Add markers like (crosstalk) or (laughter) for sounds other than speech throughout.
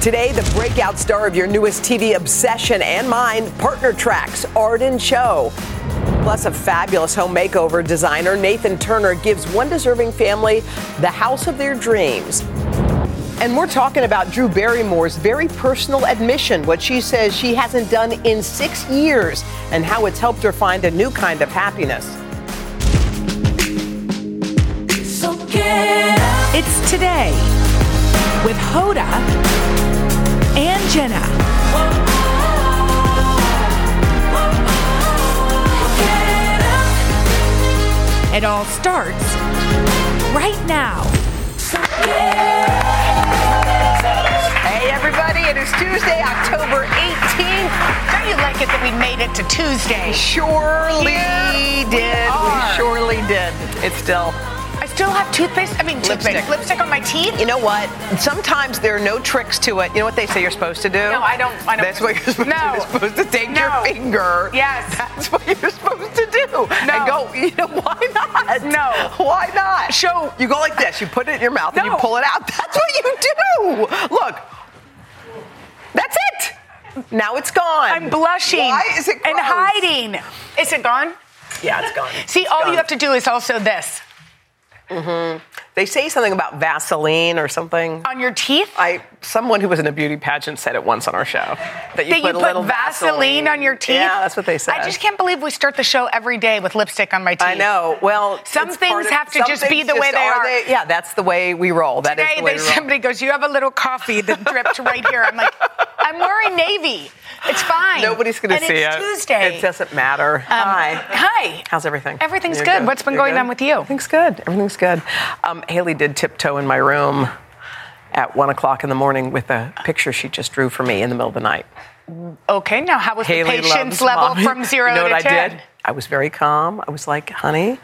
Today, the breakout star of your newest TV obsession and mine, Partner Tracks, Arden Cho. Plus, a fabulous home makeover designer, Nathan Turner, gives one deserving family the house of their dreams. And we're talking about Drew Barrymore's very personal admission, what she says she hasn't done in six years, and how it's helped her find a new kind of happiness. It's today with Hoda and Jenna. It all starts right now. Hey, everybody, it is Tuesday, October 18th. Don't you like it that we made it to Tuesday? Surely Here we did. are. surely did. It's still. I still have toothpaste. I mean, Lipstick. toothpaste. Lipstick on my teeth. You know what? Sometimes there are no tricks to it. You know what they say you're supposed to do? No, I don't- I don't- That's what you're supposed to do. No. You're supposed to take No. your finger. Yes. That's what you're supposed to do. And go, you know, why not? No. Why not? Show- You go like this. You put it in your mouth and you No. pull it out. That's what you do. Look. That's it. Now it's gone. I'm blushing. Why is it And gross? hiding. Is it gone? Yeah, it's gone. See, It's all gone. you have to do is also this They say something about Vaseline or something. on your teeth. I someone who was in a beauty pageant said it once on our show that you that you put a put little Vaseline, on your teeth. Yeah, that's what they said. I just can't believe we start the show every day with lipstick on my teeth. I know. Well, Some it's things part have to some just be things the way they are. yeah, that's the way we roll. That is Today, the way they, (laughs) we roll. somebody goes, "You have a little coffee that dripped right here." I'm like, "I'm wearing navy. It's fine. (laughs) Nobody's going to And see it's it. Tuesday. Um, It doesn't matter. Hi. Hi. How's everything? Everything's You're good. What's been You're going on with you? Everything's good. Everything's good. Um, Haley did tiptoe in my room at one o'clock in the morning with a picture she just drew for me in the middle of the night. Okay, now how was Haley the patience loves level mommy. from zero (laughs) you know to what ten? I did? I was very calm. I was like, honey,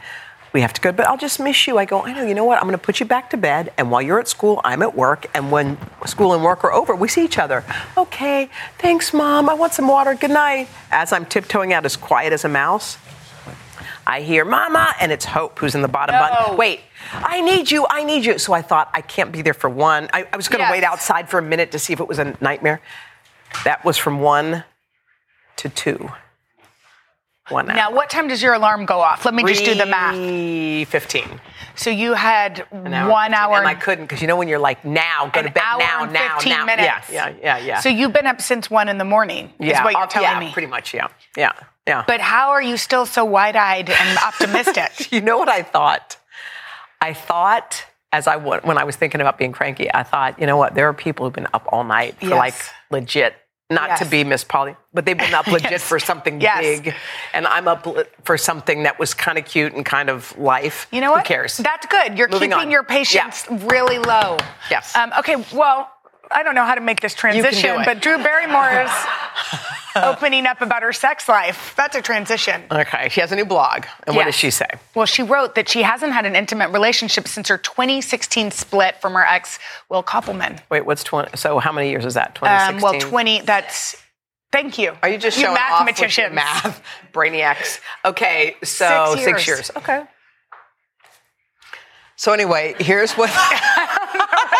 we have to go, but I'll just miss you. I go, I know, you know what? I'm going to put you back to bed. And while you're at school, I'm at work. And when school and work are over, we see each other. Okay, thanks, Mom. I want some water. Good night. As I'm tiptoeing out as quiet as a mouse, I hear Mama, and it's Hope who's in the bottom No. bun. Wait, I need you, I need you. So I thought I can't be there for one. I, I was going to Yes. wait outside for a minute to see if it was a nightmare. That was from one to two. One hour. Now, what time does your alarm go off? Let me just do the math. Three fifteen. So you had An hour and one 15, hour, And I and, couldn't because you know when you're like now, go an to bed hour now, and now, 15 now. minutes. Yeah, yeah, yeah, yeah. So you've been up since one in the morning, yeah, is what you're uh, telling yeah, me. Pretty much, yeah, yeah, yeah. But how are you still so wide-eyed (laughs) and optimistic? you know what I thought? I thought as I wa- when I was thinking about being cranky, I thought, you know what? There are people who've been up all night for Yes. like legit. Not to Yes. be Miss Polly, but they've been (laughs) up legit Yes. for something Yes. big, and I'm up li- for something that was kind of cute and kind of life. You know what? Who cares? That's good. You're Moving keeping on. your patience really low. Yes. Um, okay. Well, I don't know how to make this do transition, it. but Drew Barrymore (laughs) is opening up about her sex life. That's a transition. okay, she has a new blog, and what Yes. does she say? Well, she wrote that she hasn't had an intimate relationship since her 2016 split from her ex, Will Koppelman. Wait, what's twenty? So how many years is that? Twenty Um, sixteen. well, 20, that's, thank you. Are you just you showing mathematicians. off with your math, brainiacs? Okay, so Six six years. years. Okay. So anyway, here's (laughs) what (laughs)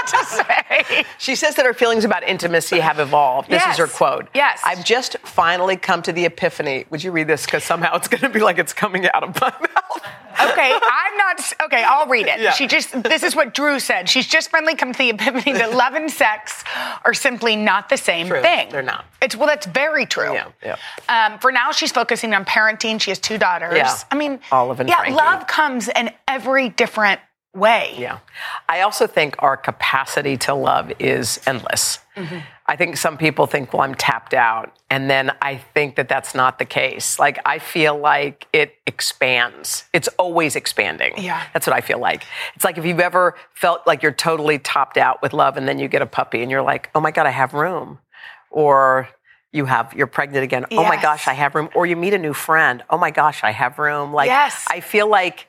she says that her feelings about intimacy have evolved. This Yes. is her quote. Yes. I've just finally come to the epiphany. Would you read this? Because somehow it's going to be like it's coming out of my (laughs) mouth. Okay, I'm not. Okay, I'll read it. Yeah. She just. This is what Drew said. She's just finally come to the epiphany (laughs) that love and sex are simply not the same True. thing. They're not. It's well, that's very true. Yeah, yeah. Um, for now, she's focusing on parenting. She has two daughters. Yeah. I mean, Olive and yeah, Frankie. love comes in every different way. Yeah. I also think our capacity to love is endless. Mm-hmm. I think some people think, well, I'm tapped out. And then I think that that's not the case. Like, I feel like it expands. It's always expanding. Yeah. That's what I feel like. It's like if you've ever felt like you're totally topped out with love and then you get a puppy and you're like, oh my God, I have room. Or you have, you're pregnant again. Oh my Yes. gosh, I have room. Or you meet a new friend. Oh my gosh, I have room. Like, Yes. I feel like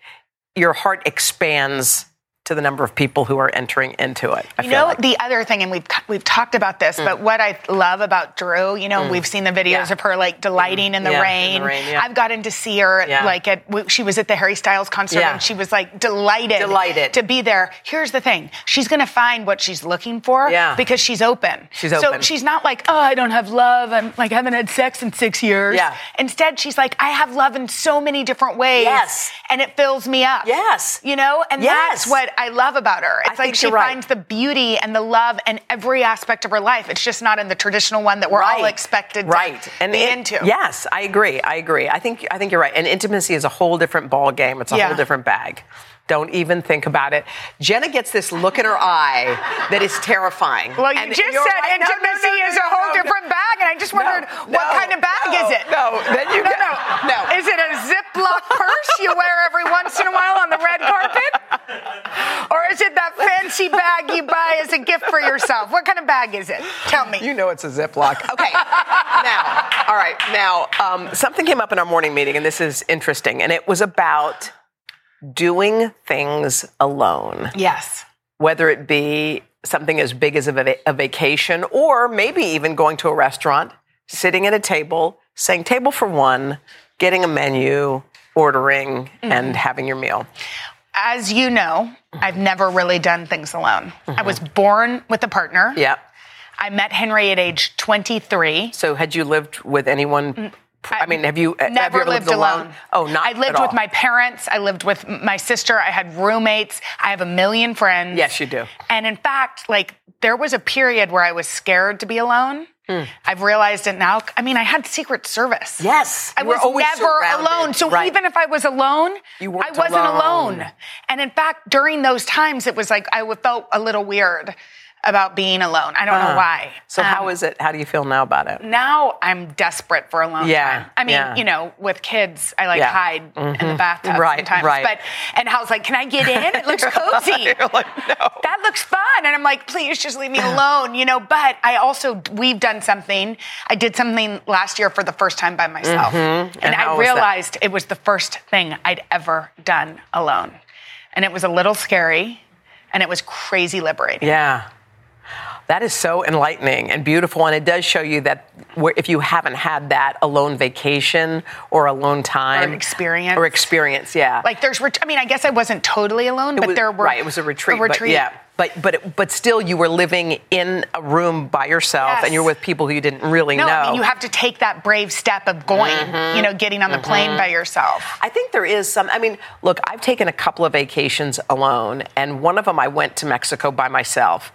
your heart expands to the number of people who are entering into it. I You feel know like. Mm. the other thing, and we've we've talked about this, but what I love about Drew, you know, we've seen the videos Yeah. Mm-hmm. of her like delighting in the Yeah, in the rain. rain, yeah. I've gotten to see her Yeah. like at w- she was at the Harry Styles concert Yeah. and she was like delighted, Delighted. to be there. Here's the thing: she's going to find what she's looking for Yeah. because she's open. She's So open. she's not like, oh, I don't have love. I'm like I haven't had sex in six years. Yeah. Instead, she's like, I have love in so many different ways. Yes. And it fills me up. Yes. You know, and Yes. that's what I love about her. It's like think she you're right. finds the beauty and the love in every aspect of her life. It's just not in the traditional one that we're all expected right. to and be it- into. Yes, I agree. I agree. I think I think you're right. And intimacy is a whole different ball game. It's a Yeah. whole different bag. Don't even think about it. Jenna gets this look in her eye that is terrifying. Well, you And just said you're right. No, no, intimacy no, no, is a whole no, no. different bag, and I just wondered what no, kind of bag no, is it? no. Then you no, get- no, no. Is it a Ziploc purse you wear every once in a while on the red carpet, or is it that fancy bag you buy as a gift for yourself? What kind of bag is it? Tell me. You know it's a Ziploc. (laughs) Okay. now, all right. Now, um, something came up in our morning meeting, and this is interesting, and it was about doing things alone, yes. whether it be something as big as a, va- a vacation or maybe even going to a restaurant, sitting at a table, saying table for one, getting a menu, ordering, Mm-hmm. and having your meal. As you know, I've never really done things alone. I was born with a partner. Mm-hmm. Yeah. I met Henry at age 23. So, had you lived with anyone? pr- I mean, have you uh, have you Mm, Never ever lived, lived alone? alone. Oh, not I lived at with all. my parents. I lived with m- my sister. I had roommates. I have a million friends. Yes, you do. And in fact, like there was a period where I was scared to be alone. Hmm. I've realized it now. I mean, I had Secret Service. Yes, I you were was always never surrounded. alone. So Right. even if I was alone, You I weren't wasn't alone. alone. And in fact, during those times, it was like I would- felt a little weird about being alone. I don't know why. Uh-huh. So Um, how is it? How do you feel now about it? (laughs) now I'm desperate for alone Yeah, time. I mean, yeah. you know, with kids, I like Yeah. Mm-hmm. hide in the bathtub Right, sometimes. right. But and Hal's like, "Can I get in? It (laughs) looks cozy. That looks fun." And I'm like, "Please, just leave me alone," you know. But I also we've done something. I did something last year for the first time by myself, and, Mm-hmm. how I was that? realized it was the first thing I'd ever done alone, and it was a little scary, and it was crazy liberating. Yeah. That is so enlightening and beautiful. And it does show you that where- if you haven't had that alone vacation or alone time experience. or experience, yeah. Like there's, ret- I mean, I guess I wasn't totally alone, It but was- there were right. It was a retreat. A retreat. But, yeah. But but it, but still, you were living in a room by yourself, Yes. and you're with people who you didn't really No, Mm-hmm. know. I mean you have to take that brave step of going, you know, getting on the plane by yourself. I think there is some. I mean, look, I've taken a couple of vacations alone, and one of them I went to Mexico by myself.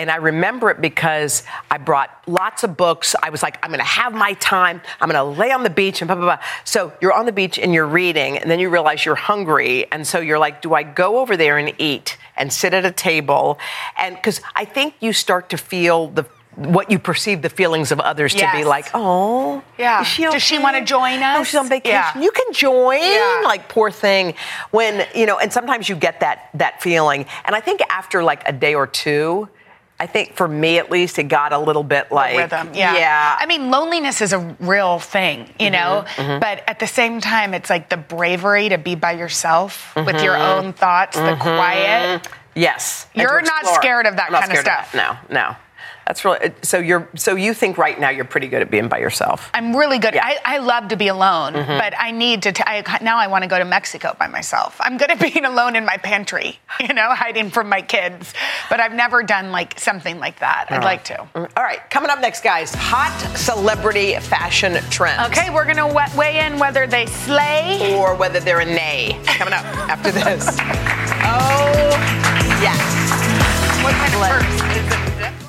And I remember it because I brought lots of books. I was like, I'm going to have my time. I'm going to lay on the beach and blah, blah, blah. So you're on the beach and you're reading, and then you realize you're hungry. And so you're like, do I go over there and eat and sit at a table? And because I think you start to feel the what you perceive the feelings of others to be Yes. like, oh, Yeah. is Does she okay? wanna join Oh, us? she's on vacation. Yeah. You can join. Yeah. Like poor thing. When you know, and sometimes you get that that feeling. And I think after like a day or two, I think for me at least, it got a little bit like Rhythm, yeah. Mm-hmm. I mean, loneliness is a real thing, you know. But at the same time, it's like the bravery to be by yourself with your own thoughts, the quiet. yes. and to You're not explore. scared of that I'm not kinda scared stuff. that. No, no. That's really so. You're so you think right now you're pretty good at being by yourself. I'm really good. Yeah. I, I love to be alone, but I need to. T- I, now I want to go to Mexico by myself. I'm good at being (laughs) alone in my pantry, (laughs) you know, hiding from my kids. But I've never done like something like that. I'd like to. All right, coming up next, guys, hot celebrity fashion trends. Okay, we're gonna we- weigh in whether they slay. or whether they're a nay. Coming up after this. (laughs) oh, yes. What kind of Slay. purse is it?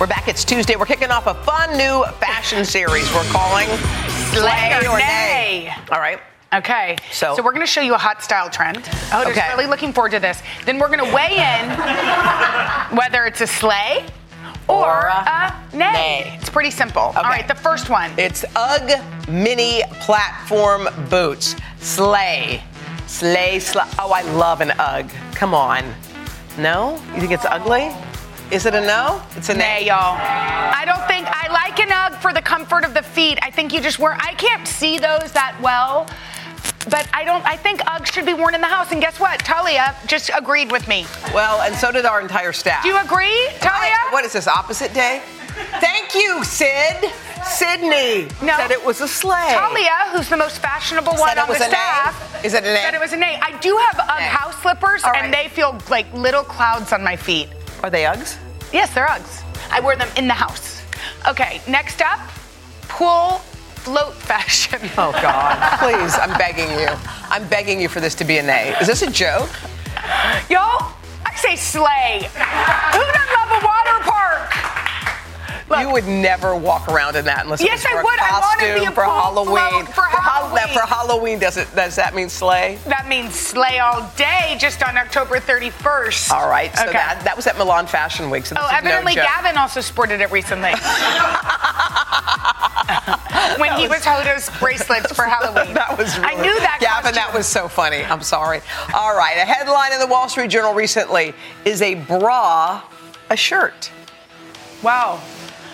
We're back. It's Tuesday. We're kicking off a fun new fashion series we're calling Slay or Nay. All right. Okay. So- So, we're going to show you a hot style trend. Oh, Okay. really looking forward to this. Then we're going to weigh (laughs) in whether it's a sleigh or, Or a a nay. nay. It's pretty simple. All right, the first one. It's UGG mini platform boots. Slay. Slay, slay. Oh, I love an UGG. Come on. No? You think it's ugly? Is it a no? It's a Nay, nay. y'all. I don't think I like an UGG for the comfort of the feet. I think you just wear. I can't see those that well, but I don't. I think UGG should be worn in the house. And guess what? Talia just agreed with me. Well, and so did our entire staff. Do you agree, Talia? Right. What is this, opposite day? Thank you, Sid. Sydney No. said it was a sleigh. Talia, who's the most fashionable one Said it on was the an A? staff, Is it an A? Said it was an A. I do have UGG Okay. house slippers, All and right. they feel like little clouds on my feet. Are they Uggs? Yes, they're Uggs. I wear them in the house. Okay, next up, pool float fashion. (laughs) Oh, God. Please, I'm begging you. I'm begging you for this to be a nay. Is this a joke? Y'all, I say slay. Who doesn't love a water park? Look. you would never walk around in that unless it Yes, was for I a would. I wanna costume be a for full Halloween. flown for Hall- that- Halloween. For Halloween, does it does that mean sleigh? That means slay all day just on October 31st. All right. So Okay. that that was at Milan Fashion Week. So this Oh, is no evidently joke. Gavin also sported it recently. (laughs) when he was Hoda's bracelets for Halloween. (laughs) That was I knew that. Gavin, costume. that was so funny. I'm sorry. All right. A headline in the Wall Street Journal recently is a bra a shirt. Wow.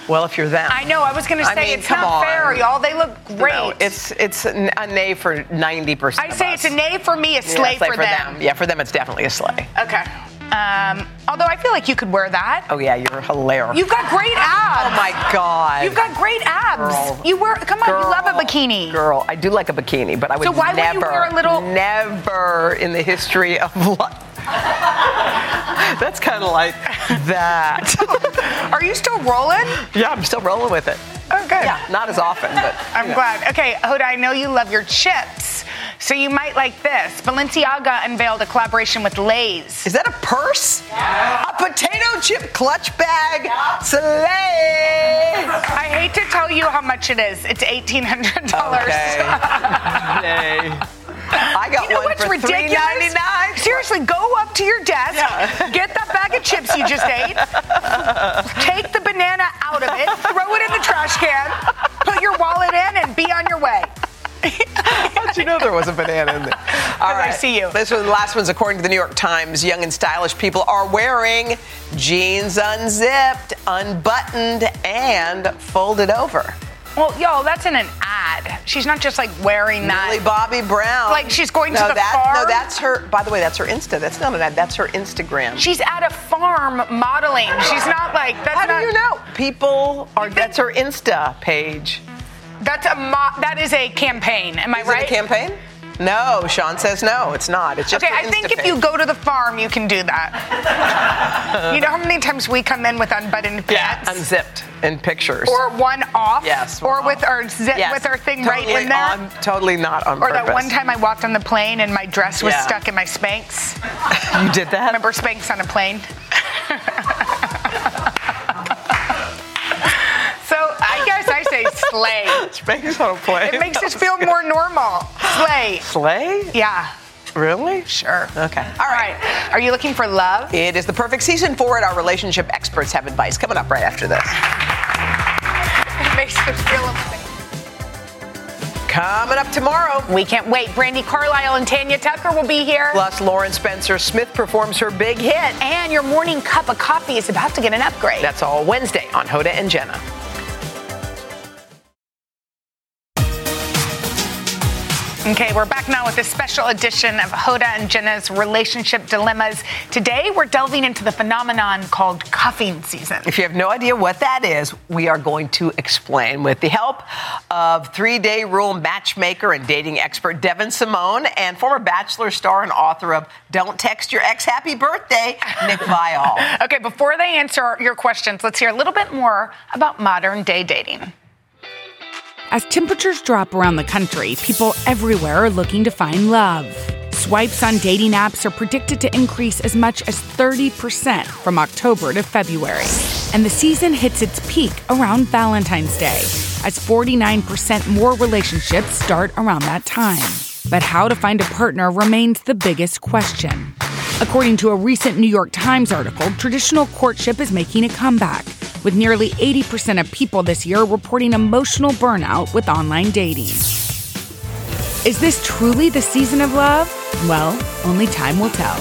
Well, if you're them. I know. I was going to say I mean, it's come not on. fair, y'all. They look great. No, it's it's n- a nay for 90%. I of say us. it's a nay for me, a Yeah, slay for, them. Yeah, for them it's definitely a sleigh. Okay. Um, although I feel like you could wear that. Oh yeah, you're hilarious. You've got great abs. Oh my God. You've got great abs. Girl. You wear. Come on, you love a bikini. Girl, I do like a bikini, but I would So why wouldn't never, you wear a little- never in the history of life. (laughs) That's kind of like that. Are you still rolling? (laughs) (gasps) yeah, I'm still rolling with it. Okay. Yeah, not as often, but I'm glad. Okay, Hoda, I know you love your chips, so you might like this. Balenciaga unveiled a collaboration with Lay's. is that a purse? A potato chip clutch bag sleigh. I hate to tell you how much it is. It's eighteen hundred dollars. (laughs) I got You know one what's for three ridiculous? ninety nine. (laughs) Seriously, go up to your desk, Yeah. get that bag of chips you just ate, take the banana out of it, throw it in the trash can, put your wallet in, and be on your way. How'd you know there was a banana (laughs) in there? All I see you. This one, the last one's according to the New York Times. Young and stylish people are wearing jeans unzipped, unbuttoned, and folded over. Well, y'all, that's in an ad. She's not just like wearing that. Millie Bobby Brown. Like she's going to no, the that, No, farm? that's her. By the way, that's her Insta. That's not an ad. That's her Instagram. She's at a farm modeling. She's not like that's How do not, you know? People are. think- That's her Insta page. That's a mo- that is a campaign. Am I Is right? it a campaign? No, Sean says no. It's not. It's just. Okay, her I think Insta if you page. go to the farm, you can do that. (laughs) you know how many times we come in with unbuttoned Yeah, pants? unzipped in pictures. or one off, Yes, or one with off. our zip, Yes. with our thing right Totally in there, on- totally not on or purpose. that one time I walked on the plane and my dress was Yeah. stuck in my Spanx. you did that. Remember Spanx on a plane? (laughs) so I guess I say slay. Spanx on a plane. It makes us feel more normal. Slay. Slay? Yeah. Really? Sure. Okay. All right. Are you looking for love? It is the perfect season for it. Our relationship experts have advice coming up right after this. It makes me feel amazing. Coming up tomorrow. We can't wait. Brandy Carlisle and Tanya Tucker will be here. Plus, Lauren Spencer Smith performs her big hit. And your morning cup of coffee is about to get an upgrade. That's all Wednesday on Hoda and Jenna. Okay, we're back now with a special edition of Hoda and Jenna's Relationship Dilemmas. Today, we're delving into the phenomenon called cuffing season. If you have no idea what that is, we are going to explain with the help of three day rule matchmaker and dating expert Devin Simone and former Bachelor star and author of Don't Text Your Ex Happy Birthday, (laughs) Nick Viall. okay, before they answer your questions, let's hear a little bit more about modern day dating. As temperatures drop around the country, people everywhere are looking to find love. Swipes on dating apps are predicted to increase as much as 30% from October to February. And the season hits its peak around Valentine's Day, as 49% more relationships start around that time. But how to find a partner remains the biggest question. According to a recent New York Times article, traditional courtship is making a comeback with nearly 80% of people this year reporting emotional burnout with online dating. Is this truly the season of love? Well, only time will tell.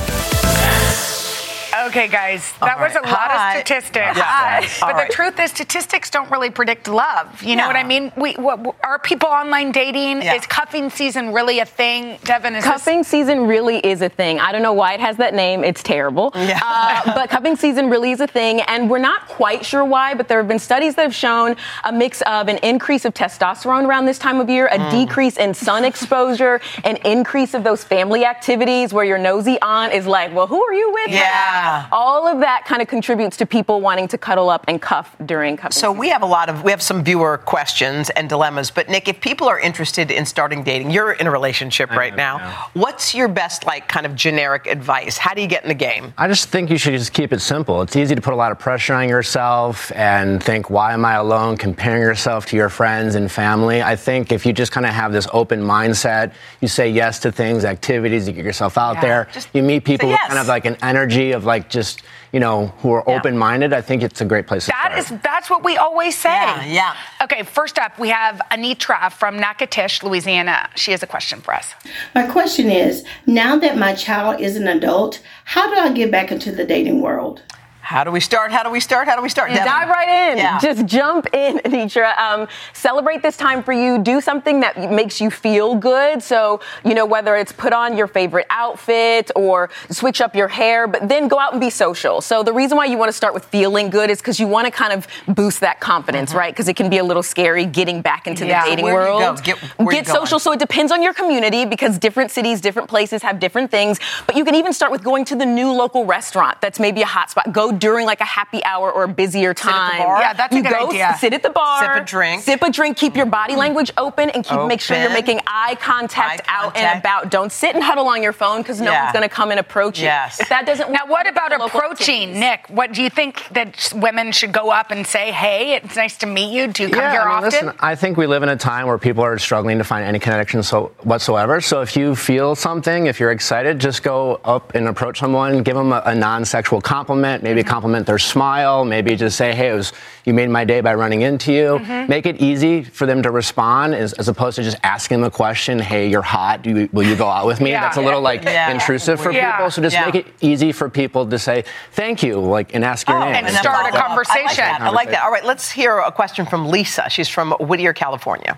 Okay, guys, that right. was a lot Hi. of statistics. Yeah. But right. the truth is, statistics don't really predict love. You know yeah. what I mean? We, what, are people online dating? Yeah. Is cuffing season really a thing? Devin, is cuffing this- season really is a thing. I don't know why it has that name. It's terrible. Uh, but cuffing season really is a thing, and we're not quite sure why. But there have been studies that have shown a mix of an increase of testosterone around this time of year, a mm. decrease in sun exposure, an increase of those family activities where your nosy aunt is like, "Well, who are you with?" Yeah. All of that kind of contributes to people wanting to cuddle up and cuff during cuffing. So we have a lot of we have some viewer questions and dilemmas. But Nick, if people are interested in starting dating, you're in a relationship I right now. Know. What's your best like kind of generic advice? How do you get in the game? I just think you should just keep it simple. It's easy to put a lot of pressure on yourself and think, why am I alone? Comparing yourself to your friends and family. I think if you just kind of have this open mindset, you say yes to things, activities, you get yourself out yeah, there, you meet people yes. with kind of like an energy of like like just you know who are yeah. open-minded i think it's a great place to that start. is that's what we always say yeah, yeah. okay first up we have anitra from natchitoches louisiana she has a question for us my question is now that my child is an adult how do i get back into the dating world how do we start? How do we start? How do we start? Devin? Dive right in. Yeah. Just jump in, (laughs) Anitra. Um, celebrate this time for you. Do something that makes you feel good. So, you know, whether it's put on your favorite outfit or switch up your hair, but then go out and be social. So, the reason why you want to start with feeling good is because you want to kind of boost that confidence, mm-hmm. right? Because it can be a little scary getting back into yeah. the dating where world. Get, Get social. So, it depends on your community because different cities, different places have different things. But you can even start with going to the new local restaurant that's maybe a hot spot. Go during like a happy hour or a busier time. Yeah, that's you a good go, idea. Sit at the bar. Sip a drink. Sip a drink. Keep your body language open and keep open. make sure you're making eye contact, eye contact, out and about. Don't sit and huddle on your phone because no yeah. one's going to come and approach you. Yes. If that doesn't Now, what about approaching, activities. Nick? What do you think that women should go up and say, "Hey, it's nice to meet you. Do you come yeah, here I mean, often?" Listen, I think we live in a time where people are struggling to find any connection so whatsoever. So if you feel something, if you're excited, just go up and approach someone, give them a, a non-sexual compliment, maybe Mm-hmm. compliment their smile, maybe just say, hey, was, you made my day by running into you. Mm-hmm. Make it easy for them to respond as, as, opposed to just asking the question, hey, you're hot, you, will you go out with me? yeah. That's a little like yeah. intrusive Oh, for yeah. people. So just make it easy for people to say thank you, like, and ask your oh, name. And, and start a conversation. I like, that. I like that. All right, let's hear a question from Lisa. She's from Whittier, California.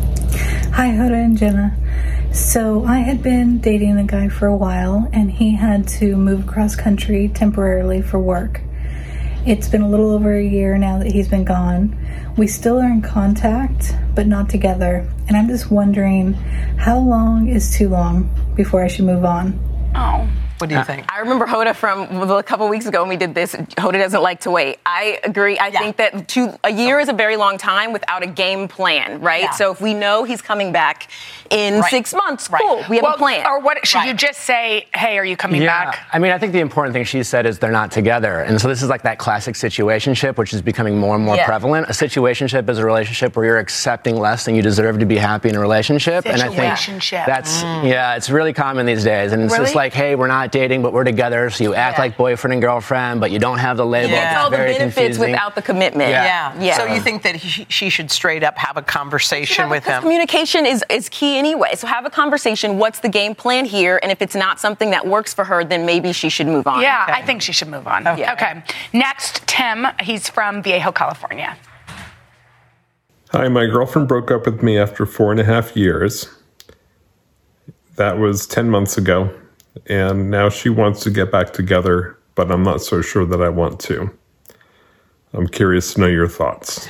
Hi, Hoda and Jenna. So I had been dating a guy for a while, and he had to move cross country temporarily for work. It's been a little over a year now that he's been gone. We still are in contact, but not together. And I'm just wondering how long is too long before I should move on? Oh. What Uh, do you think? I remember Hoda from a couple weeks ago when we did this. Hoda doesn't like to wait. I agree. I yeah. think that two, a year is a very long time without a game plan, right? Yeah. So if we know he's coming back in right. six months, right. cool, we have well, a plan. Or what should right. you just say? Hey, are you coming yeah. back? I mean, I think the important thing she said is they're not together, and so this is like that classic situationship, which is becoming more and more prevalent. A situationship is a relationship where you're accepting less than you deserve to be happy in a relationship, and I think mm. that's yeah, it's really common these days, and it's really? just like, hey, we're not not dating, but we're together. So you act like boyfriend and girlfriend, but you don't have the label. Yeah. It's It's all the very benefits confusing. without the commitment. Yeah. Yeah. So Yeah. you think that he, she should straight up have a conversation with him? Communication is, is key anyway. So have a conversation. What's the game plan here? And if it's not something that works for her, then maybe she should move on. Yeah, I think she should move on. Okay. Next, Tim. He's from Viejo, California. Hi, my girlfriend broke up with me after four and a half years. That was 10 months ago. And now she wants to get back together, but I'm not so sure that I want to. I'm curious to know your thoughts.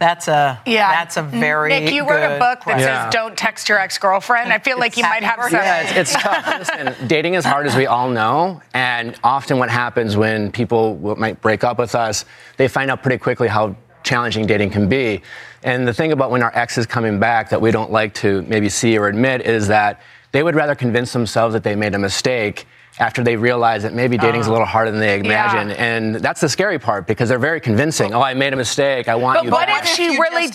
That's a Yeah. that's a very Nick, you wrote a book good that question. says Yeah. "Don't text your ex-girlfriend." I feel like you might have some. Yeah, it's, it's tough. Listen, dating is hard as we all know, and often what happens when people w- might break up with us, they find out pretty quickly how challenging dating can be. And the thing about when our ex is coming back that we don't like to maybe see or admit is that they would rather convince themselves that they made a mistake after they realize that maybe Oh. dating's a little harder than they imagine. And that's the scary part because they're very convincing. Oh, I made a mistake. I want you back. you just-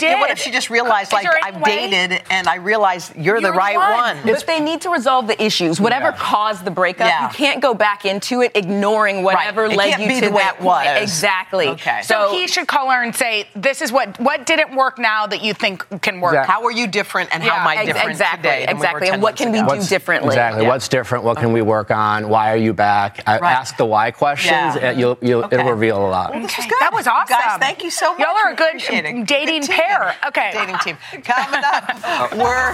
yeah, What if she just realized, like, I've dated and I realized you're, the right one? But they need to resolve the issues. Whatever caused the breakup, Yeah. you can't go back into it ignoring whatever It led can't you be to the way that it was. point. Exactly. So, he should call her and say, "This is what what didn't work now that you think can work. Exactly. How are you different and how am I different exactly, today than we were Exactly. 10 and what can we do What's- differently? Exactly. Yeah. What's different? What can we work on? Why are you back? I, Right. Ask the why questions. Yeah. and You'll, you'll, It'll reveal a lot. That was awesome. Guys, thank you so much. Y'all are a good Appreciate it. dating pair. Okay. Dating team. Coming (laughs) up, we're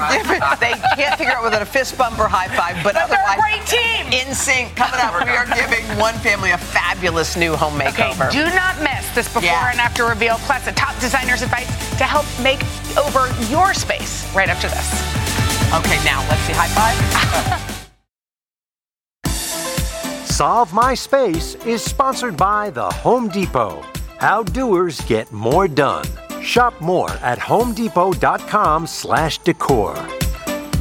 they can't figure out whether a fist bump or high five, but, But they're a otherwise, great team. In sync. Coming up, we are giving one family a fabulous new home makeover. Do not miss this before Yeah. and after reveal, plus the top designer's advice to help make over your space right after this. Okay, now let's see. High five. Solve My Space is sponsored by The Home Depot. How doers get more done. Shop more at homedepot.com slash decor.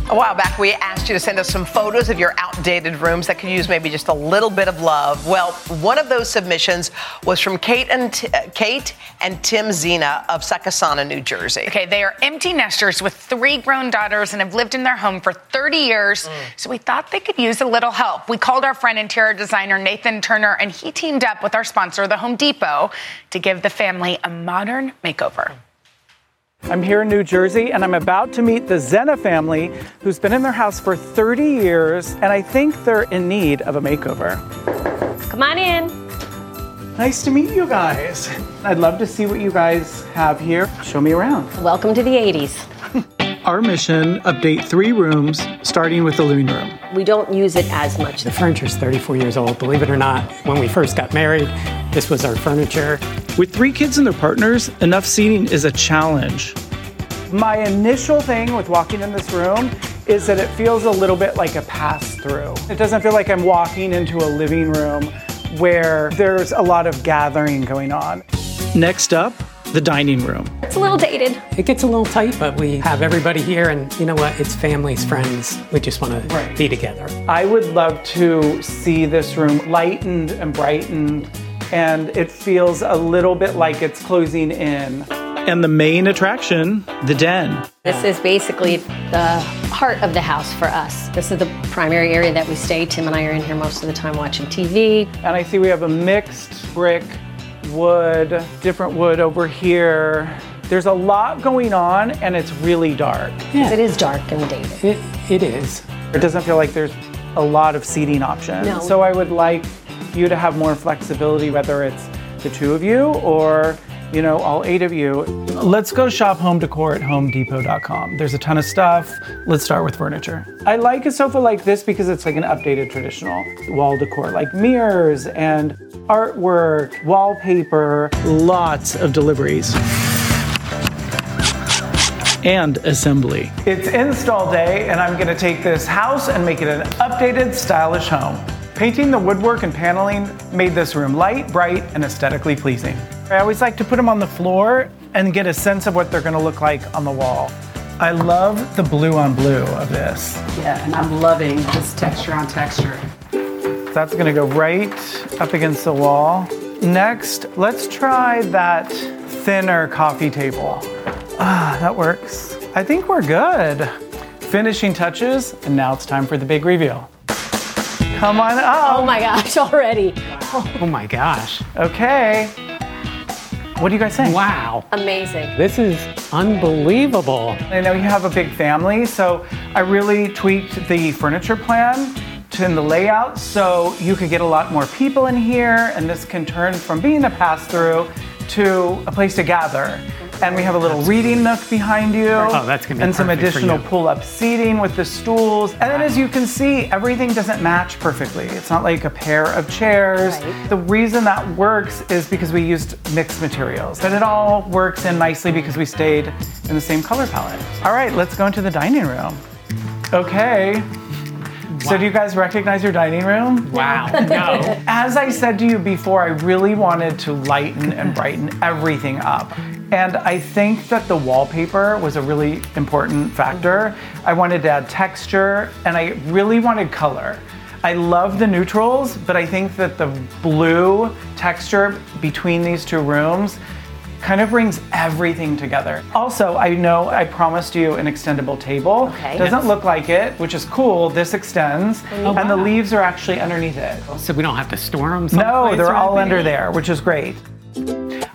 A while back, we asked you to send us some photos of your outdated rooms that could use maybe just a little bit of love. Well, one of those submissions was from Kate and uh, Kate and Tim Zena of Sakasana, New Jersey. Okay, they are empty nesters with three grown daughters and have lived in their home for 30 years. So we thought they could use a little help. We called our friend interior designer Nathan Turner, and he teamed up with our sponsor, The Home Depot, to give the family a modern makeover. I'm here in New Jersey and I'm about to meet the Zena family who's been in their house for 30 years and I think they're in need of a makeover. Come on in. Nice to meet you guys. I'd love to see what you guys have here. Show me around. Welcome to the 80s. Our mission update three rooms, starting with the living room. We don't use it as much. The furniture's 34 years old, believe it or not. When we first got married, this was our furniture. With three kids and their partners, enough seating is a challenge. My initial thing with walking in this room is that it feels a little bit like a pass through. It doesn't feel like I'm walking into a living room where there's a lot of gathering going on. Next up, the dining room. It's a little dated. It gets a little tight, but we have everybody here, and you know what? It's families, friends. We just want to be together. I would love to see this room lightened and brightened, and it feels a little bit like it's closing in. And the main attraction, the den. This is basically the heart of the house for us. This is the primary area that we stay. Tim and I are in here most of the time watching TV. And I see we have a mixed brick, wood, different wood over here. There's a lot going on, and it's really dark. It is dark and dated. It, it is. It doesn't feel like there's a lot of seating options. No. So I would like you to have more flexibility, whether it's the two of you or you know all eight of you. Let's go shop home decor at homedepot.com. There's a ton of stuff. Let's start with furniture. I like a sofa like this because it's like an updated traditional wall decor, like mirrors and artwork, wallpaper, Lots of deliveries. and assembly. It's install day, and I'm going to take this house and make it an updated, stylish home. Painting the woodwork and paneling made this room light, bright, and aesthetically pleasing. I always like to put them on the floor and get a sense of what they're going to look like on the wall. I love the blue on blue of this. Yeah, and I'm loving this texture on texture. That's going to go right up against the wall. Next, let's try that thinner coffee table. Ah, that works. I think we're good. Finishing touches, and now it's time for the big reveal. Come on up. Oh my gosh, (laughs) already. Oh, Oh my gosh. Okay. What do you guys think? Wow. amazing. This is unbelievable. I know you have a big family, so I really tweaked the furniture plan to in the layout so you could get a lot more people in here, and this can turn from being a pass through to a place to gather. And we have a little reading nook behind you, Oh, that's gonna be and some perfect for additional you. pull-up seating with the stools. And then, as you can see, everything doesn't match perfectly. It's not like a pair of chairs. The reason that works is because we used mixed materials, but it all works in nicely because we stayed in the same color palette. All right, let's go into the dining room. Okay. So, do you guys recognize your dining room? Wow. (laughs) No. As I said to you before, I really wanted to lighten (laughs) and brighten everything up. And I think that the wallpaper was a really important factor. I wanted to add texture and I really wanted color. I love the neutrals, but I think that the blue texture between these two rooms kind of brings everything together. Also, I know I promised you an extendable table. Okay. Doesn't Yes. look like it, which is cool. This extends, Oh, and the wow. leaves are actually underneath it. So we don't have to store them. No, they're all under there, which is great.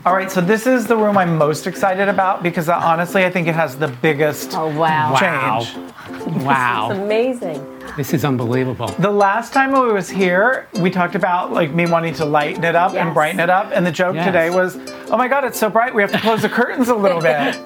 All right, so this is the room I'm most excited about because uh, honestly, I think it has the biggest oh, wow. Wow. change. It's Wow. amazing. This is unbelievable. The last time I was here, we talked about like me wanting to lighten it up and Yes. brighten it up, and the joke Yes. today was, "Oh my God, it's so bright, we have to close the curtains a (laughs) little bit."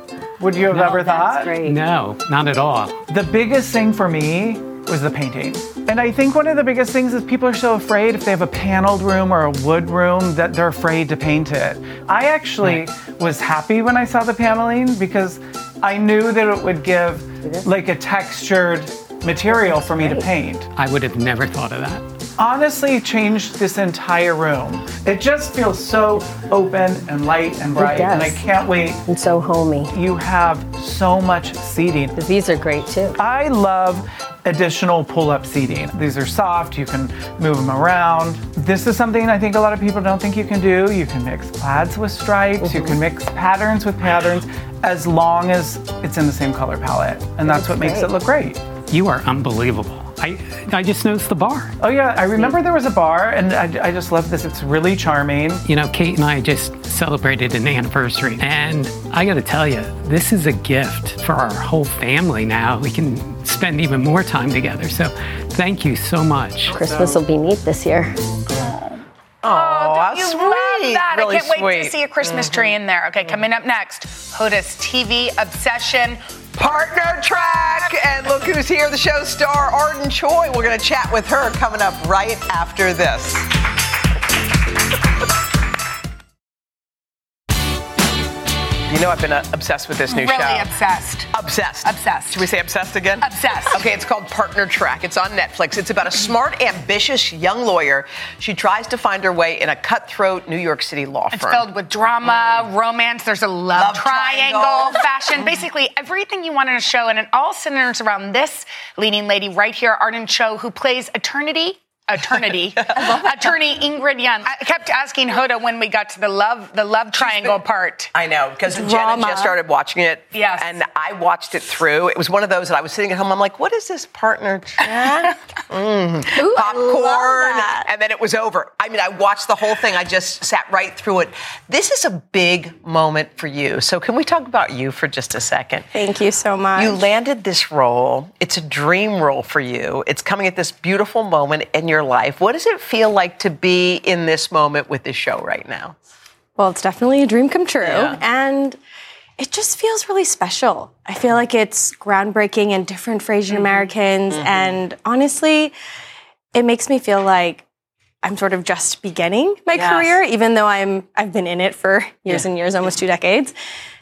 Would you have ever thought? No, not at all. The biggest thing for me was the painting. And I think one of the biggest things is people are so afraid if they have a paneled room or a wood room that they're afraid to paint it. I actually was happy when I saw the paneling because I knew that it would give like a textured material for me to paint. I would have never thought of that. Honestly, it changed this entire room. It just feels so open and light and bright, and I does. can't wait. And so homey. You have so much seating. These are great too. I love additional pull-up seating. These are soft, you can move them around. This is something I think a lot of people don't think you can do. You can mix plaids with stripes, you can mix patterns with patterns as long as it's in the same color palette. And that's what makes it look great. You are unbelievable. I, I just noticed the bar. Oh yeah, I remember there was a bar and I, I just love this. It's really charming. You know, Kate and I just celebrated an anniversary, and I got to tell you, this is a gift for our whole family now. We can spend even more time together. So, thank you so much. Christmas will be neat this year. Oh, how you sweet. love that. Really I can't wait to sweet. see a Christmas tree in there. Okay, coming up next, Hoda's TV obsession. Partner track, and look who's here, the show star Arden Choi. We're going to chat with her coming up right after this. You know, I've been uh, obsessed with this new really show. obsessed. Obsessed. Obsessed. Should we say obsessed again? Obsessed. Okay, it's called Partner Track. It's on Netflix. It's about a smart, ambitious young lawyer. She tries to find her way in a cutthroat New York City law It's firm. filled with drama, romance. There's a love, Love triangle, triangle. fashion. Basically, everything you want in a show, and it all centers around this leading lady right here, Arden Cho, who plays Eternity. (laughs) Eternity, attorney Ingrid Young. I kept asking Hoda when we got to the love, the love triangle part. I know because Jenna Drama. just started watching it. Yes. And I watched it through. It was one of those that I was sitting at home. I'm like, what is this (laughs) partner track? Mm. Popcorn. And then it was over. I mean, I watched the whole thing. I just sat right through it. This is a big moment for you. So can we talk about you for just a second? Thank you so much. You landed this role. It's a dream role for you. It's coming at this beautiful moment in your life. What does it feel like to be in this moment with this show right now? Well, it's definitely a dream come true. Yeah. And it just feels really special. I feel like it's groundbreaking and different for Asian Americans. And honestly, it makes me feel like I'm sort of just beginning my Yes. career, even though I'm I've been in it for years Yeah. and years, almost two decades.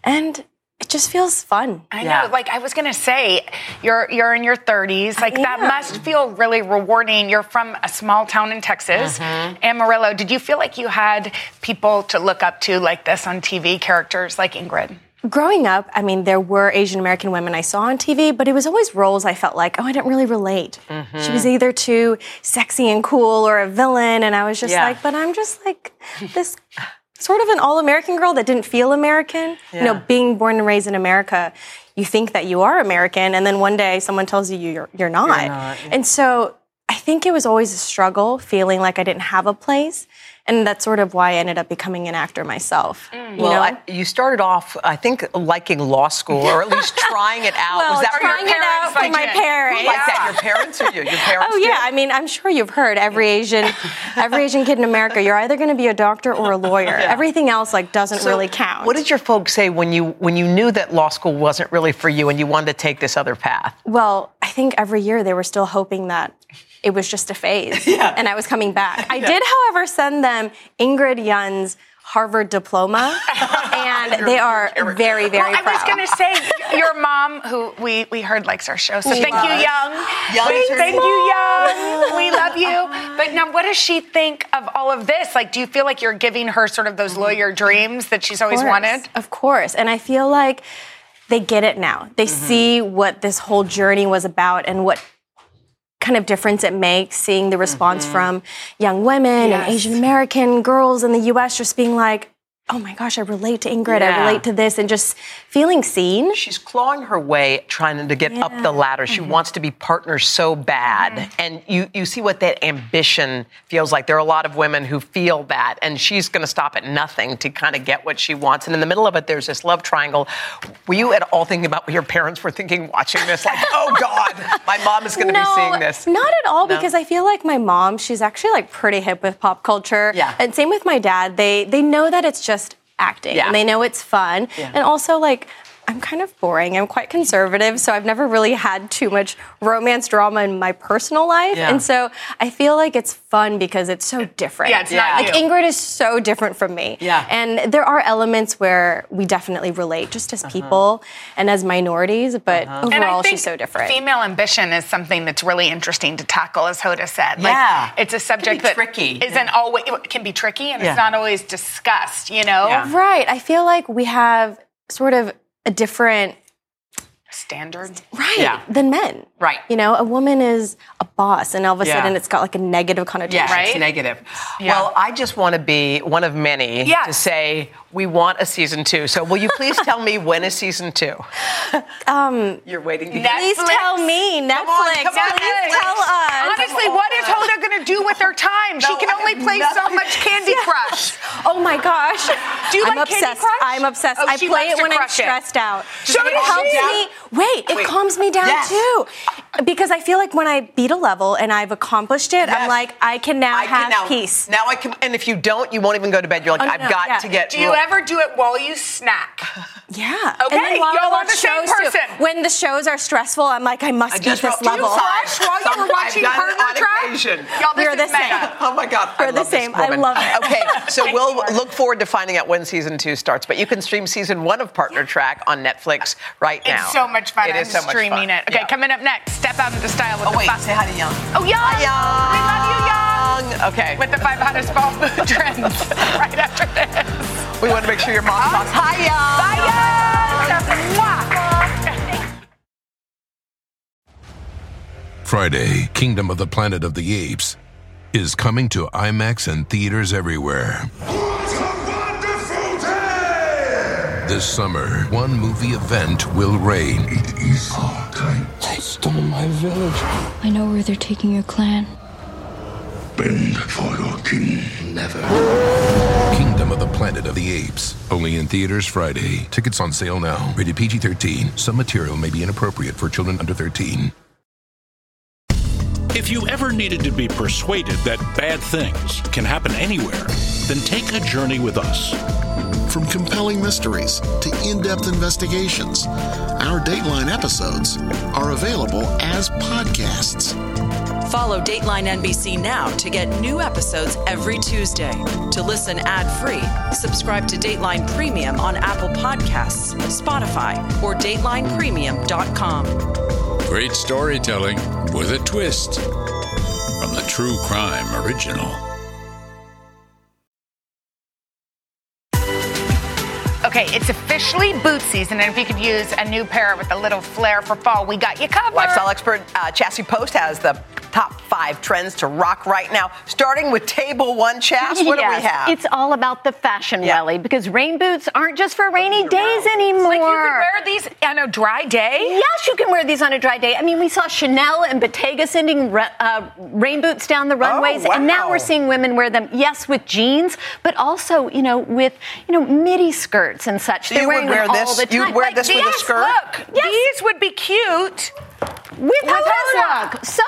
And it just feels fun. I know. Like I was gonna say, you're you're in your 30s. Like that am. must feel really rewarding. You're from a small town in Texas, Mm-hmm. Amarillo. Did you feel like you had people to look up to like this on TV, characters like Ingrid? Growing up, I mean, there were Asian American women I saw on TV, but it was always roles I felt like, oh, I didn't really relate. Mm-hmm. She was either too sexy and cool or a villain, and I was just Yeah. like, but I'm just like this sort of an all American girl that didn't feel American. You Yeah. know, being born and raised in America, you think that you are American, and then one day someone tells you you're, you're not. not, And so I think it was always a struggle feeling like I didn't have a place. And that's sort of why I ended up becoming an actor myself. Hmm. You well, know? I, you started off, I think, liking law school or at (laughs) least trying it out. Well, was that trying it out for my parents. Who liked that? Your parents or you? Your parents? Oh yeah, did? I mean, I'm sure you've heard every Asian, every Asian kid in America. You're either going to be a doctor or a lawyer. Everything else like doesn't So really count. What did your folks say when you when you knew that law school wasn't really for you and you wanted to take this other path? Well, I think every year they were still hoping that it was just a phase and I was coming back. I did, however, send them Ingrid Yunn's Harvard diploma, and they are very, very well, I proud. was going to say your mom, who we, we heard likes our show, so She thank you, does. Young. Young Thank- is her thank name. you, Young. We love you. But now, what does she think of all of this? Like, do you feel like you're giving her sort of those lawyer dreams that she's always course, wanted? Mm-hmm. Of course. And I feel like they get it now. They see what this whole journey was about and what kind of difference it makes seeing the response from young women Yes. and Asian American girls in the US just being like, oh my gosh, I relate to Ingrid, I Yeah. relate to this, and just feeling seen. She's clawing her way, trying to get up the ladder. She wants to be partners so bad, and you you see what that ambition feels like. There are a lot of women who feel that, and she's going to stop at nothing to kind of get what she wants. And in the middle of it, there's this love triangle. Were you at all thinking about what your parents were thinking watching this? Like, oh God, my mom is going to be seeing this. Not at all, No? because I feel like my mom, she's actually like pretty hip with pop culture. Yeah. And same with my dad. They they know that it's just acting Yeah. and they know it's fun. Yeah. And also like I'm kind of boring. I'm quite conservative, so I've never really had too much romance drama in my personal life. Yeah. And so I feel like it's fun because it's so different. Yeah, it's not like you. Ingrid is so different from me. Yeah. And there are elements where we definitely relate just Uh-huh. as people and as minorities, but And I overall think she's so different. Female ambition is something that's really interesting to tackle, as Hoda said. Yeah. Like, it's a subject that tricky. isn't always it can be tricky, and Yeah. it's not always discussed. You know, Right. I feel like we have sort of a different standard. right than men. Right. You know, a woman is a boss, and all of a Yeah. sudden it's got like a negative connotation. Yeah, it's negative. Well, I just want to be one of many to say we want a season two. So will you please tell me when is season two? Um, You're waiting to Please tell me, Netflix. come on, please Netflix. tell us. Honestly, what is Hoda going to do with her time? she No, can I only have play so nothing. much Candy Yes. (laughs) Crush. Oh my gosh. Do you I'm like obsessed. Candy Crush? I'm obsessed. Oh, I she play loves it to when I'm crush it. stressed out. So it does helps she. me. Wait, it Wait. calms me down Yes. too. Because I feel like when I beat a level and I've accomplished it, I'm like, I can now I have can now, peace. Now I can, and if you don't, you won't even go to bed. You're like, Oh, no, I've no, got yeah. to get. Do you Ever do it while you snack? Yeah. Okay, And then while y'all I are watch the same shows too, person. when the shows are stressful, I'm like, I must beat this Do you level. crush while you were watching Partner Track? Y'all, this We're the is meta. same. (laughs) Oh my God, we're the same. I love it. Okay, so we'll look forward to finding out when season two starts. But you can stream season one of Partner Track on Netflix right now. It's so much fun. It I'm is so much fun. streaming it. Okay, coming up next, step out into style with Oh, the wait, five. say hi to Young. Oh, Young! We love you, Young! Okay. With the five hottest fall food (laughs) trends right after this. We want to make sure your Oh, mom talks. Hi, Young! Bye, Young! Mwah! Friday, Kingdom of the Planet of the Apes, is coming to IMAX and theaters everywhere. This summer, one movie event will reign. It is our time. They stole my village. I know where they're taking your clan. Bend for your king. Kingdom of the Planet of the Apes, only in theaters Friday. Tickets on sale now. Rated PG 13. Some material may be inappropriate for children under 13. If you ever needed to be persuaded that bad things can happen anywhere, then take a journey with us. From compelling mysteries to in depth investigations, our Dateline episodes are available as podcasts. Follow Dateline NBC now to get new episodes every Tuesday. To listen ad free, subscribe to Dateline Premium on Apple Podcasts, Spotify, or DatelinePremium.com. Great storytelling with a twist from the True Crime Original. Okay, it's officially boot season, and if you could use a new pair with a little flair for fall, we got you covered. Lifestyle expert uh, Chassie Post has the top five trends to rock right now, starting with table one, Chass. What do yes, we have? It's all about the fashion rally because rain boots aren't just for rainy days anymore. Like you could wear these on a dry day. Yes, you can wear these on a dry day. I mean, we saw Chanel and Bottega sending ra- uh, rain boots down the Oh, runways, Oh, and now we're seeing women wear them. Yes, with jeans, but also you know with you know midi skirts and such. So They're you would wearing them wear all this- the you would time. wear this with a yes, skirt? Look, these would be cute. With, Holodoc. Holodoc. So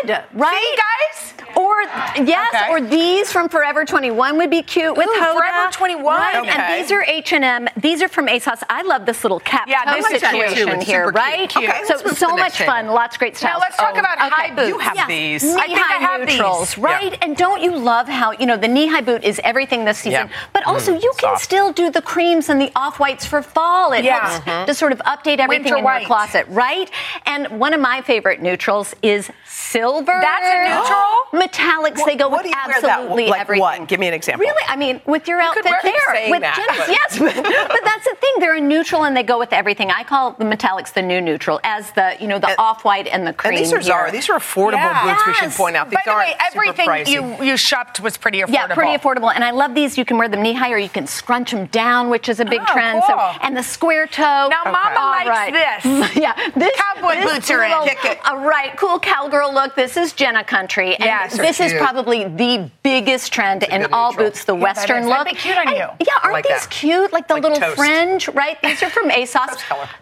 good, right? guys? Or, yes, or these from Forever 21 would be cute with Ooh, Hoda. Forever 21. Right, Okay. and these are H&M. These are from ASOS. I love this little cap Yeah, toe these are cute. situation Super here, cute. right? Okay, let's so move to so the much next fun. table. Lots of great styles. Now let's talk about high boots. You have yes. these. Knee-high I think I have these. neutrals, Yeah. right? And don't you love how, you know, the knee-high boot is everything this season. Yeah. But also Mm, you can soft. still do the creams and the off-whites for fall. It Yeah. helps Mhm. to sort of update everything Winter in white. your closet, right? And one of my favorite neutrals is silver. That's (gasps) a neutral? Metallics. they go with Wear that, absolutely like everything. what? Give me an example. Really, I mean, with your outfit wear- keep there, saying with that, Jenna's, but- yes, but, but that's the thing. They're a neutral and they go with everything. I call the metallics the new neutral, as the you know the off white and the cream. And these are Zara. here. These are affordable Yeah. boots. We should Yes. point out. These By the aren't way, super everything pricey. you- You shopped was pretty affordable. Yeah, pretty affordable. And I love these. You can wear them knee high or you can scrunch them down, which is a big Oh, trend. So, cool. and the square toe. Now, Mama likes (laughs) this. yeah, this Cowboy this boots are in. little- Kick it. All right, cool cowgirl look. This is Jenna Country. And Yes, they're this is cute. probably the biggest trend in all boots, the Yeah, that Western is. look. That'd be cute on And- you. Yeah, I aren't like these that. cute? Like the Like little toast. fringe, right? These are from ASOS.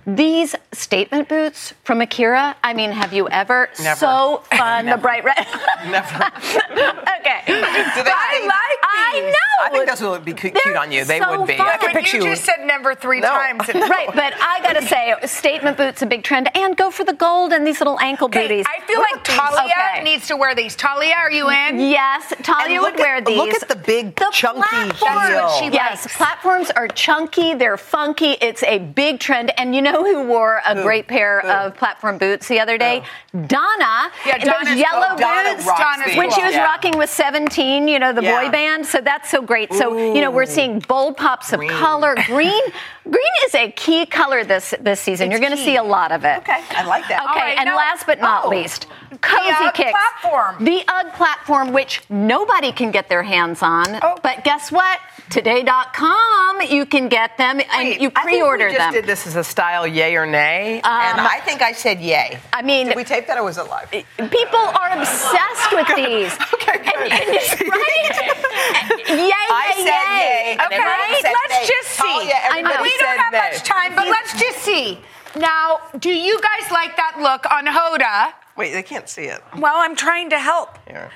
These statement boots from Akira. I mean, have you ever? Never. (laughs) So fun. The bright red. Never. okay. Do they (gasps) I think- like I know. I think those would be cu- cute on you. They so would be. fun. I can But picture you You said never (laughs) three times. (laughs) Right, but I gotta say, statement boots a big trend, and go for the gold and these little ankle booties. I feel like Talia needs to wear these. Talia, are you in? Yes, Talia And would look at- wear these. look at the big chunky platforms. heel. That's what she yes, platforms are chunky. They're funky. It's a big trend. And you know who wore a great pair of platform boots the other day? Donna. Yeah, Those Donna's yellow Oh, cool. Donna boots rocks Donna's these. when she was cool. rocking with 17, you know, the Yeah. boy band. So that's so great. So you know, we're seeing bold pops of color. Green, green is a key color this this season. You're going to see a lot of it. Okay, I like that. Okay, and last but not least, cozy UGG kicks. uh, platform. The UGG platform, which nobody can get their hands on. Oh. Oh, But guess what? Today.com, you can get them and you I think we pre-order just them. did this as a style, yay or nay, and Um, I think I said yay. I mean, did we tape that or was it live? People are obsessed with these. (laughs) okay, good. Yay! (laughs) Yay! I said yay, and Okay, everybody said let's nay. just see. Talia, I know. everybody We don't said have nay. much time, but let's just see. Now, do you guys like that look on Hoda? Wait, they can't see it. Well, I'm trying to help. Here.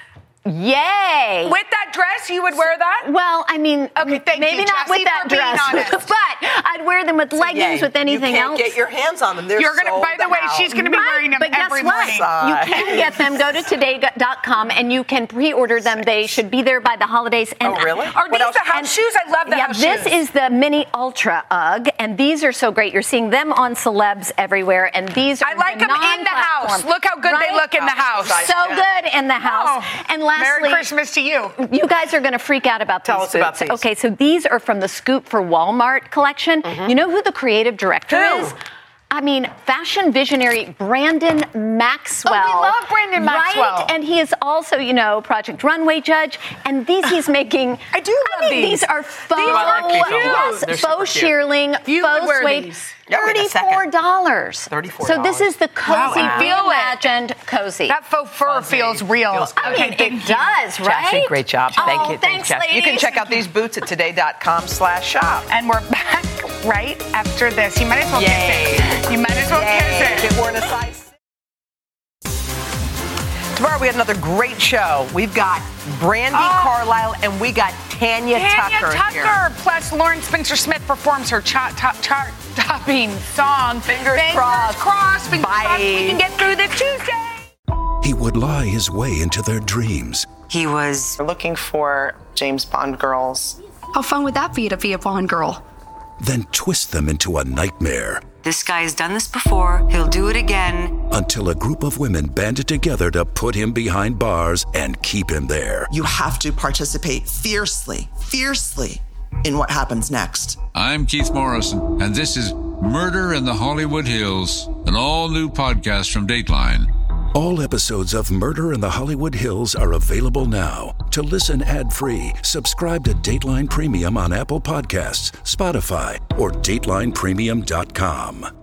Yay! With that dress, you would wear that? Well, I mean, okay, thank maybe you, not Jessie, with that for being dress, (laughs) honest. but I'd wear them with leggings, Yay. with anything you can't else. Get your hands on them. They're You're gonna- sold by the way, out. she's gonna be wearing them but guess every what? morning. You can get them. Go to today.com and you can pre-order them. They should be there by the holidays. And Oh, really? Are these the house shoes? I love the yeah, house this shoes. is the mini ultra UGG, and these are so great. You're seeing them on celebs everywhere, and these are I like the them in the non-platform. house. Look how good Right? they look in the house. So good in the house. Oh. and lastly, Merry Christmas to you. you guys are going to freak out about Tell these us about boots. these. Okay, so these are from the Scoop for Walmart collection. You know who the creative director Mm-hmm. Who? is? I mean, fashion visionary Brandon Maxwell. Oh, love Brandon Maxwell. Right? And he is also, you know, Project Runway judge. And these (sighs) he's making. I do love mean, these. these. are faux, These are cute. They're yes, super faux cute. shearling, You would faux wear suede. these. Yeah, wait a second. Thirty-four dollars. $34. So this is the cozy, Wow. reimagined cozy. That faux fur feels real. I mean, it does, right? Jesse, great job. Oh, Thank you. Thanks, Jesse. You can ladies. check out these boots at today.com slash shop. And we're back right after this. You might as well kiss it. You might as well kiss it. If it were in a size Tomorrow we have another great show. We've got Brandy Oh. Carlisle and we got Tanya, Tanya Tucker, Tucker, here. plus Lauren Spencer Smith performs her chart top chart topping song. Fingers, crossed. crossed, Fingers Bye. crossed. We can get through this Tuesday. He would lie his way into their dreams. He was looking for James Bond girls. How fun would that be to be a Bond girl? then twist them into a nightmare This guy's done this before. He'll do it again. until a group of women banded together to put him behind bars and keep him there. You have to participate fiercely, fiercely in what happens next. I'm Keith Morrison, and this is Murder in the Hollywood Hills, an all new podcast from Dateline. All episodes of Murder in the Hollywood Hills are available now. To listen ad free, subscribe to Dateline Premium on Apple Podcasts, Spotify, or DatelinePremium.com.